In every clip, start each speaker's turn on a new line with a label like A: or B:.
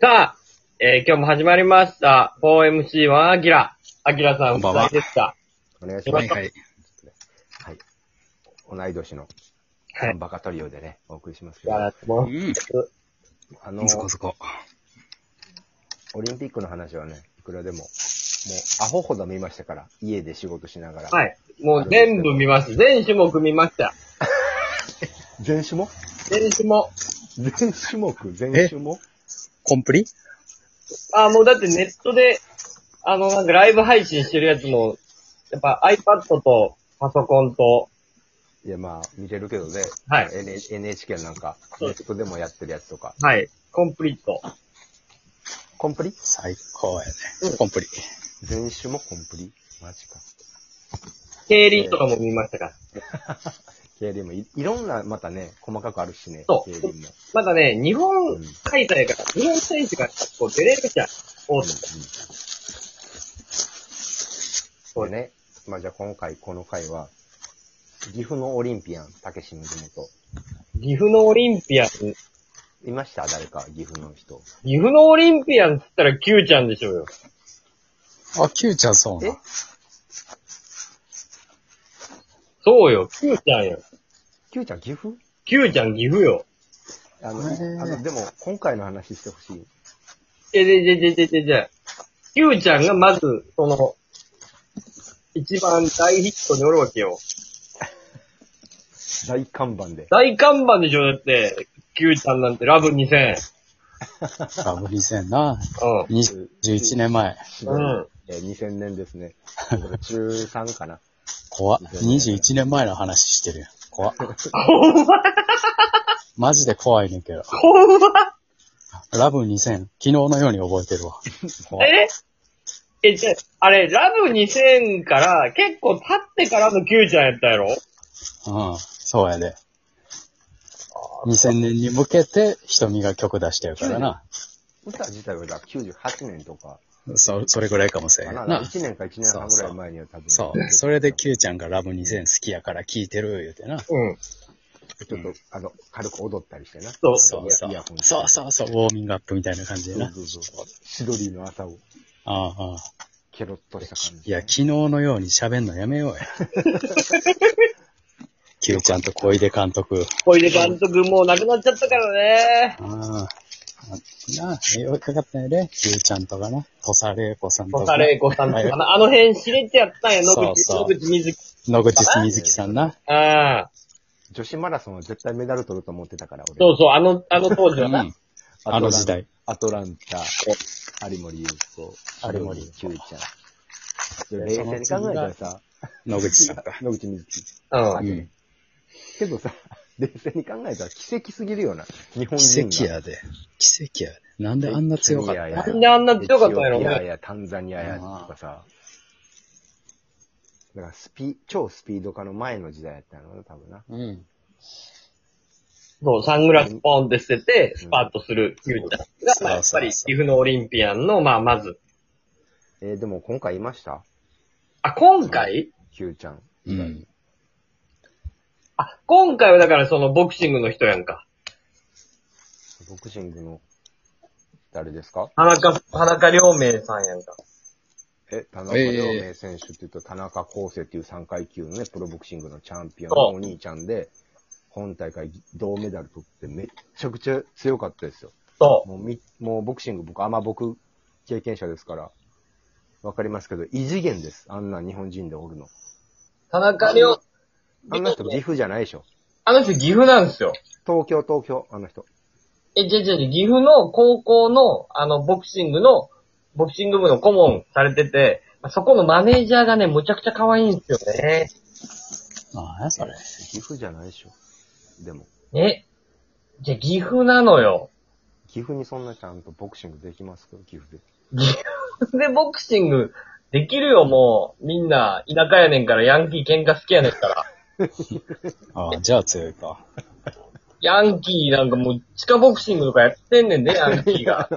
A: さあ、えー今日も始まりました。4MC1 アキラ。アキラさん、
B: こんばんは
A: お疲れでした。
C: お願いしま
B: は
C: す
B: い。はい。
C: はい。同い年の、
A: はい
C: バカトリオでね、お送りしますけ
A: い
C: ど、
A: や
C: あ
A: ーも
B: う。
A: うん
C: の、
B: そこそこ。
C: オリンピックの話はね、いくらでも、もう、アホほど見ましたから、家で仕事しながら。。
A: はいい。もう全部見ました。全種目見ました。
C: 全種目
A: 全種目。
C: 全種目全種目
B: コンプリ
A: あー、もうだってネットで、あの、なんかライブ配信してるやつも、やっぱ iPad とパソコンと、
C: いや、まあ、見てるけどね。
A: はい
C: N- NHK なんか、
A: そ
C: ネ
A: う
C: ットでもやってるやつとか。
A: はい、コンプリート。
C: コンプリ
B: 最高やね。コンプリ。
C: 全種もコンプリマジか。
A: 競輪とかも見ましたから。
C: 競輪もい、いろんな、またね、細かくあるしね。
A: そう
C: 競輪も。
A: まだね、日
C: う
A: 本
C: ん
A: 開催から、日本選手がこう出れるじゃん。多い
C: そうね。まあじゃあ今回、この回は、岐阜のオリンピアン、たけしの地元。
A: 岐阜のオリンピアン、岐
C: いました誰か、岐阜の人。
A: 阜のオリンピアンっつったら Q ちゃんでしょうよ。
B: あ、キューちゃんそうな。
A: そうよ、Q ちゃんよ。
C: きゅうちゃん、岐阜
A: Q ちゃん岐阜よ。
C: あの、
B: へー
C: あの、でも、今回の話してほしい。
A: え、で、で、で、で、で、で、Q ちゃんがまず、その、一番大ヒットにおるわけよ。
C: 大看板で。
A: 大看板でしょだって、Q ちゃんなんてラブ2000。
B: ラブ2000な。
A: う
B: 21年前。
A: ん。うん。
C: えー2000年ですね。中3かな。
B: 怖っ。21年前の話してるやん。怖っ。
A: ほんま
B: マジで怖いねんけど。
A: ほんま
B: ラブ2000。昨日のように覚えてるわ。怖っ
A: ええ、じゃ、あれ、ラブ2000から結構経ってからの Q ちゃんやったやろ
B: うん。そうやで。2000年に向けて瞳が曲出してるからな。
C: 歌自体はだ98年とか、
B: そ、それぐらいかもしれ
C: か
B: ん
C: な。
B: な。
C: 1年か1年半ぐらい前には多分。
B: そう。それでキューちゃんがラブ2000好きやから聞いてる言うてな。
A: うん。
C: ちょっと、あの、軽く踊ったりしてな。
A: そう
B: そうそう
C: イヤホン。
B: そうそうそう、ウォーミングアップみたいな感じで
C: そう
B: な。
C: そうそう。シドリーの朝を、
B: ああああ、
C: ケロッとした感じ。
B: いや、昨日のように喋んのやめようや。キューちゃんと小出監督。
A: 小出監督もう亡くなっちゃったからね。
B: ああ。なあ、よかかったよね。キューちゃんとかな。土佐玲子さんと
A: 土
B: か。
A: 佐玲子さんとかな、あの辺知れてやったんや、野
B: そう
A: 口、
B: そう
A: 野口みずき。
B: 野口みずきさんな。
A: ああ。
C: 女子マラソンは絶対メダル取ると思ってたから、俺。
A: そうそう、あの、あの当時
B: う
A: はな。
B: ん。あの時代。
C: アトランタ、有森裕子、
B: 有森裕子
C: キュウちゃん。それ冷静に考えたらさ、
B: 野口さんか。
C: 野口みずき。
A: うん。
B: うん。
C: けどさ、 冷静に考えたら奇跡すぎるよな。日本
B: 奇
C: 人が。
B: 跡やで。奇跡やで。なんであんな強かった
C: ケニアや
A: なんであんな強かったんやろ
C: エチオピア
A: ね。
C: やタンザニアやとかさ。だからスピ、超スピード化の前の時代やったの多分な。
B: うん。
A: そう、サングラスポンって捨てて、スパッとする、ゆうちゃんが、まあやっぱり、岐阜のオリンピアンの、まあ、まず。
C: えーでも今回いました
A: あ、今回
C: キュウちゃん。
B: うん。
A: あ、今回はだからそのボクシングの人やんか。
C: ボクシングの、誰ですか
A: 田中、田中良明さんやんか。
C: え、田中亮明選手って言うと、田中康生っていう3階級のね、プロボクシングのチャンピオンの
A: そう
C: お兄ちゃんで、本大会銅メダル取ってめっちゃくちゃ強かったですよ。
A: そ
C: もうみ、もうボクシング僕、あんま僕、経験者ですから、わかりますけど、異次元です。あんな日本人でおるの。
A: う。田中良、
C: あんな人岐阜じゃないでしょ。
A: あの人岐阜なんですよ。
C: 東京、東京、あの人。
A: え、じゃじゃじゃ、岐阜の高校の、あの、ボクシングの、ボクシング部の顧問されてて、まあそこのマネージャーがね、むちゃくちゃ可愛いんですよね。
B: ああ、それ。
C: 岐阜じゃないでしょ。でも、
A: え、じゃ、岐阜なのよ。
C: 岐阜にそんなちゃんとボクシングできますか岐阜で。
A: 岐阜でボクシングできるよ、もう。みんな、田舎やねんから、ヤンキー喧嘩好きやねんから。
B: ああ、じゃあ強いか。
A: ヤンキーなんかもう、地下ボクシングとかやってんねんで、ヤンキーが。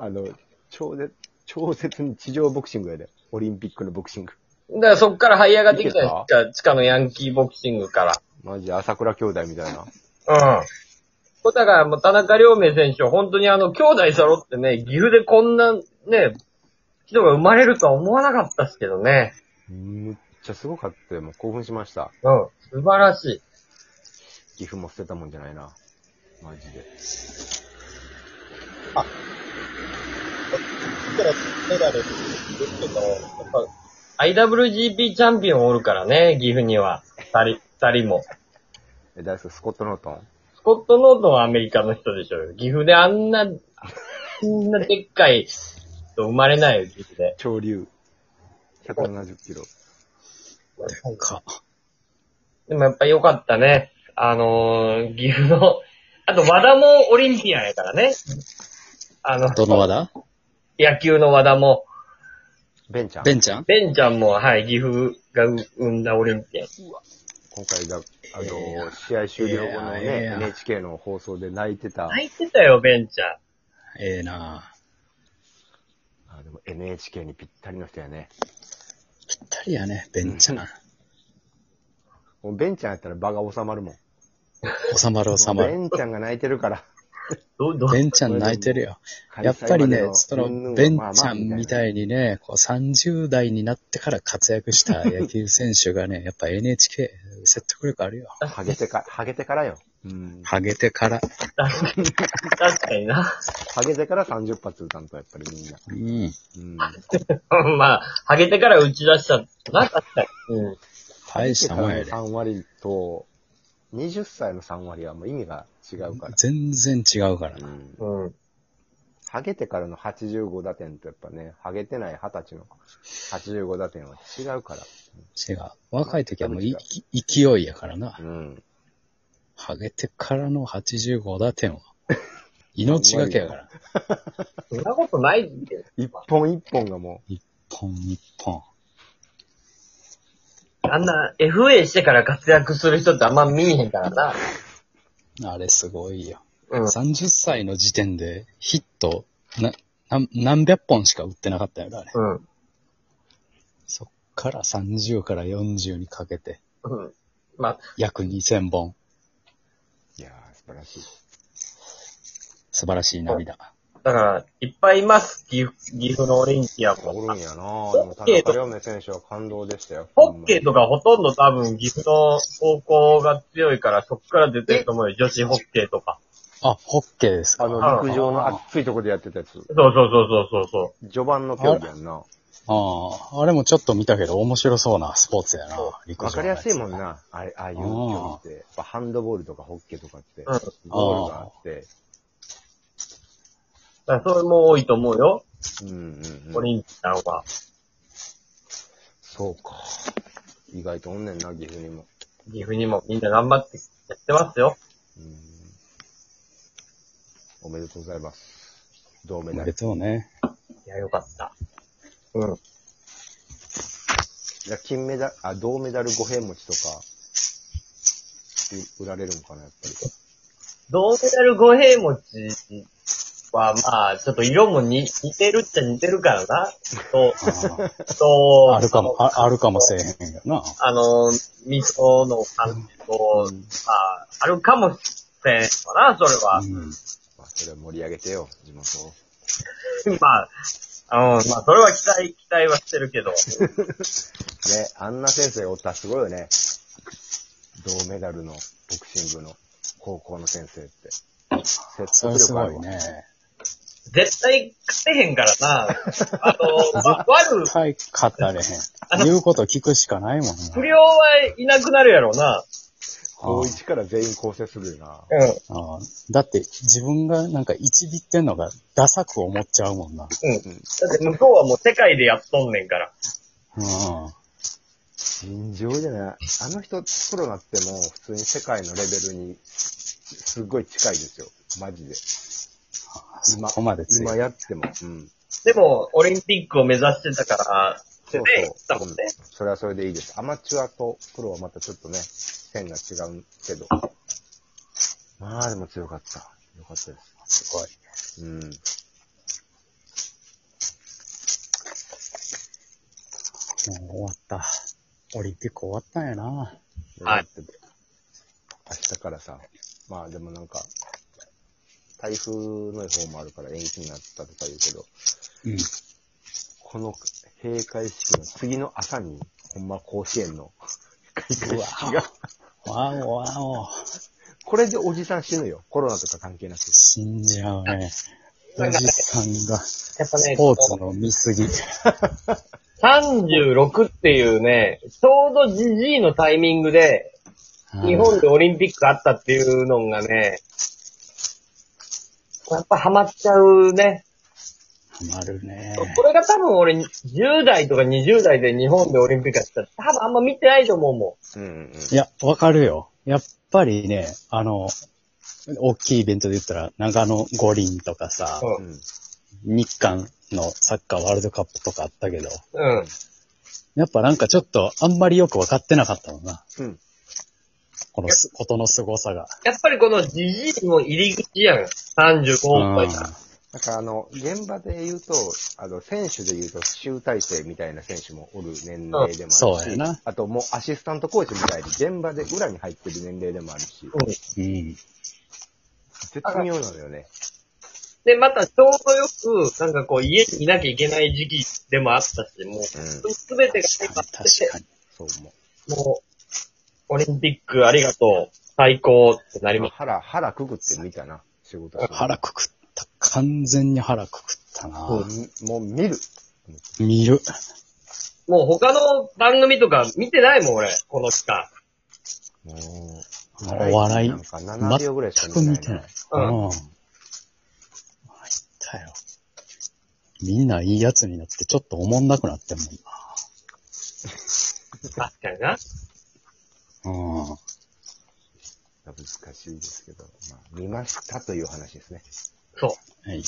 C: あの、超絶、超絶に地上ボクシングやで。オリンピックのボクシング。
A: だからそっから這い上がってきたんです
C: い
A: か地下のヤンキーボクシングか
C: マジ朝倉兄弟みたいな。
A: ら。うん。だから、もう田中良明選手は本当にあの、兄弟揃ってね、岐阜でこんなね、人が生まれるとは思わなかったですけどね。
C: むっちゃすごかったよ。もう興奮しました。
A: うん。素晴らしい。
C: 岐阜も捨てたもんじゃないな。マジで。
A: メダルですけど、やっぱ、IWGP チャンピオンおるからね、岐阜には。二人、二人も。
C: え、大好き、スコット・ノートン。
A: スコット・ノートンはアメリカの人でしょうよ。岐阜であんな、あんなでっかい人生まれないよ、岐阜で。
C: 潮流。170キロ。
B: か。
A: でもやっぱ良かったね。あのー、岐阜の、あと和田もオリンピアンやからね。あの、
B: どの和だ
A: 野球の和田も、
C: ベンちゃん。
B: ベンちゃん
A: ベンちゃんも、はい、岐阜が生んだオリンピアン。
C: 今回が、あの、試合終了後の
B: ええやんええ
C: ね、
B: やん
C: NHK の放送で泣いてた。
A: 泣いてたよ、ベンちゃん。
B: ええなぁ。
C: あでも NHK にぴったりの人やね。
B: ぴったりやね、ベンちゃん。
C: もうベンちゃんやったら場が収まるもん。
B: 収まる収ま
C: ベ
B: る。
C: ンちゃんが泣いてるから。
A: ど、ど、
B: ベンちゃん泣いてる よ。やっぱりね、その、ベンちゃんみ
C: い。
B: たいにね、こう30代になってから活躍 した野球選手がね、やっぱ NHK 説得力あるよ。
C: ハゲてか、ハゲてからよ。うん。
B: ハゲてから。
A: 確かに、確かにな。
C: ハゲてから30発打たんと、やっぱりみん
B: う
C: な。
B: ん。
C: うん。
A: まあ、ハゲてから打ち出したな、確かに。うん。
B: 大したもんやで
C: 3。割と、20歳の3割はもう意味が違うから。
B: 全然違うから
C: う
B: な。
C: ん。
A: うん。
C: ハゲてからの85打点とやっぱね、ハゲてない20歳の85打点は違うから。
B: 違う。若い時はもういい勢いやからな。
C: うん。
B: ハゲてからの85打 点は、命がけやから。
A: そんなことないけど。
C: 一本一本がも
B: ポン一本。
A: あんな FA してから活躍する人ってあんま見えへんからな。
B: あれすごいよ。
A: うん。
B: 30歳の時点でヒット、な、何何百本しか打ってなかったよな、あれ。
A: うん。
B: そっから30から40にかけて、
A: うん。まあ、
B: 約2000本。
C: う、いやー、素晴らしい。
B: 素晴らしい涙。
A: だから、いっぱいいます。岐阜、岐阜のオリンピアン
C: お
A: も。
C: るんやなぁ。でも
A: ホッ
C: 田
A: ケーと
C: 中亮明選手は感動でしたよ。
A: ホッケーとかほとんど多分岐阜の高校が強いからそっから出てると思うよ。女子ホッケーとか。
B: あ、ホッケーです
C: あ
B: か。
C: の、陸上の熱いとこでやってたやつ。
A: そうそうそうそうそう
C: 序盤の競技やんな。
B: ああ、あれもちょっと見たけど面白そうなスポーツやな。陸上の
C: わ
B: やつ
C: かりやすいもん。な。あれ、ああいう競技って。やっぱハンドボールとかホッケーとかっ
A: う
C: て
A: ん。
C: ゴールがあって。
A: だからそれも多いと思うよ。
C: うんうん
A: オ
C: うん。
A: リンピアンは。
C: そうか。意外とおんねんな、岐阜にも。
A: 岐阜にもみんな頑張ってやってますよ。
C: うんおめでとうございます。銅
B: お
C: メダ
B: め
C: ル
B: で。とうね。
A: いや、よかった。うん。
C: いや、金メダル、あ、銅メダル五平餅とか、う売られるのかな、やっぱり。
A: 銅メダル五平餅は、まあ、ちょっと色もに似てるっちゃ似てるからな。と、
B: あ
A: と、
B: ああるかも、ああるかもせえへんよな。
A: あの、味噌の感じと、まあ、あるかもしれんわな、それは
B: う。ん。
C: まあ、それは盛り上げてよ、地元を。
A: まあ、うん、まあ、それは期待、期待はしてるけど。
C: ね、あんな先生おったらすごいよね。銅メダルのボクシングの高校の先生って。説
B: それ
C: 得
B: す
C: 力あ
B: ご
C: る
B: い
C: わ。
B: ね。
A: 絶対勝てへんからな。あの、まあ、悪、
B: はい、勝たれへん。言うこと聞くしかないもん
A: 不
B: ね。
A: 良はいなくなるやろうな。
C: 高一から全員構成するよな。
A: うん。うん。
B: ああだって自分がなんか一ビってんのがダサく思っちゃうもん
A: だ
B: な。
A: って向こうはもう世界でやっとんねんから。
B: うん。
C: 尋常じゃない。あの人、プロなっても、普通に世界のレベルに、すっごい近いですよ。マジで。
B: そこまでつい
C: 今やっても。うん。
A: でも、オリンピックを目指してたから、
C: そう
A: ね言った
C: そう。
A: もんね
C: うんそれはそれでいいです。アマチュアとプロはまたちょっとね、線が違うけど。まあでも強かった。よかったです
B: ごい。
C: す。うん。
B: もう終わった。オリンピック終わったんやな。
A: はい
C: だって。明日からさ、まあでもなんか、台風の方もあるから延期になったとか言うけど、
B: うん。
C: この閉会式の次の朝に、ほんま甲子園の 開会式が、
B: わおわお。
C: これでおじさん死ぬよ。コロナとか関係なく。
B: 死んじゃうね。おじさんが、ス
A: やっぱね、
B: ポーツの見すぎ。
A: 36っていうね、ちょうどじじいのタイミングで、日本でオリンピックあったっていうのがね、やっぱハマっちゃうね。
B: うん。ハマるね。
A: これが多分俺10代とか20代で日本でオリンピックやってたら多分あんま見てないと思うも
C: うんうん。
B: いや、わかるよ。やっぱりね、あの、大きいイベントで言ったら、長野五輪とかさ、
A: ん。
C: うん。
B: 日韓のサッカーワールドカップとかあったけど、
A: うん。
B: やっぱなんかちょっとあんまりよくわかってなかったもんな。
C: うん。
B: このす、ことの凄さが。
A: やっぱりこのじじいの入り口やん。35
B: う
A: 本
B: ん
A: とか。
C: なんかあの、現場で言うと、あの、選手で言うと、集大成みたいな選手もおる年齢でも
B: そう
C: ある
B: や
C: し、
B: な。
C: あともうアシスタントコーチみたいに現場で裏に入ってる年齢でもあるし、
A: うん。
B: うん。
C: 絶妙なのよね。
A: で、またちょうどよく、なんかこう家にいなきゃいけない時期でもあったし、もう、
C: うん。
A: すべてが
B: 確かに、
A: て
B: 確かに。
C: そう思う。
A: もう、オリンピックありがとう、最高ってなりま
C: 腹、腹くぐって見たな、仕事して
B: 腹くくった。完全に腹くくったな。
C: もうもう見る。
B: 見る。
A: す。もう他の番組とか見てないもん、俺、この期間。
C: も
B: お
C: う、
B: 笑い
C: なんか7秒ぐらいしか見
B: 全く見
C: て
B: て
C: な
B: ないい
C: な。
A: う
B: うんん。入ったよ。みんないいやつになってちょっとおもんなくなってんも
A: 確かにな。
B: んな。うん。
C: 難しいですけど、まあ、見ましたという話ですね。
A: そう。
B: はい。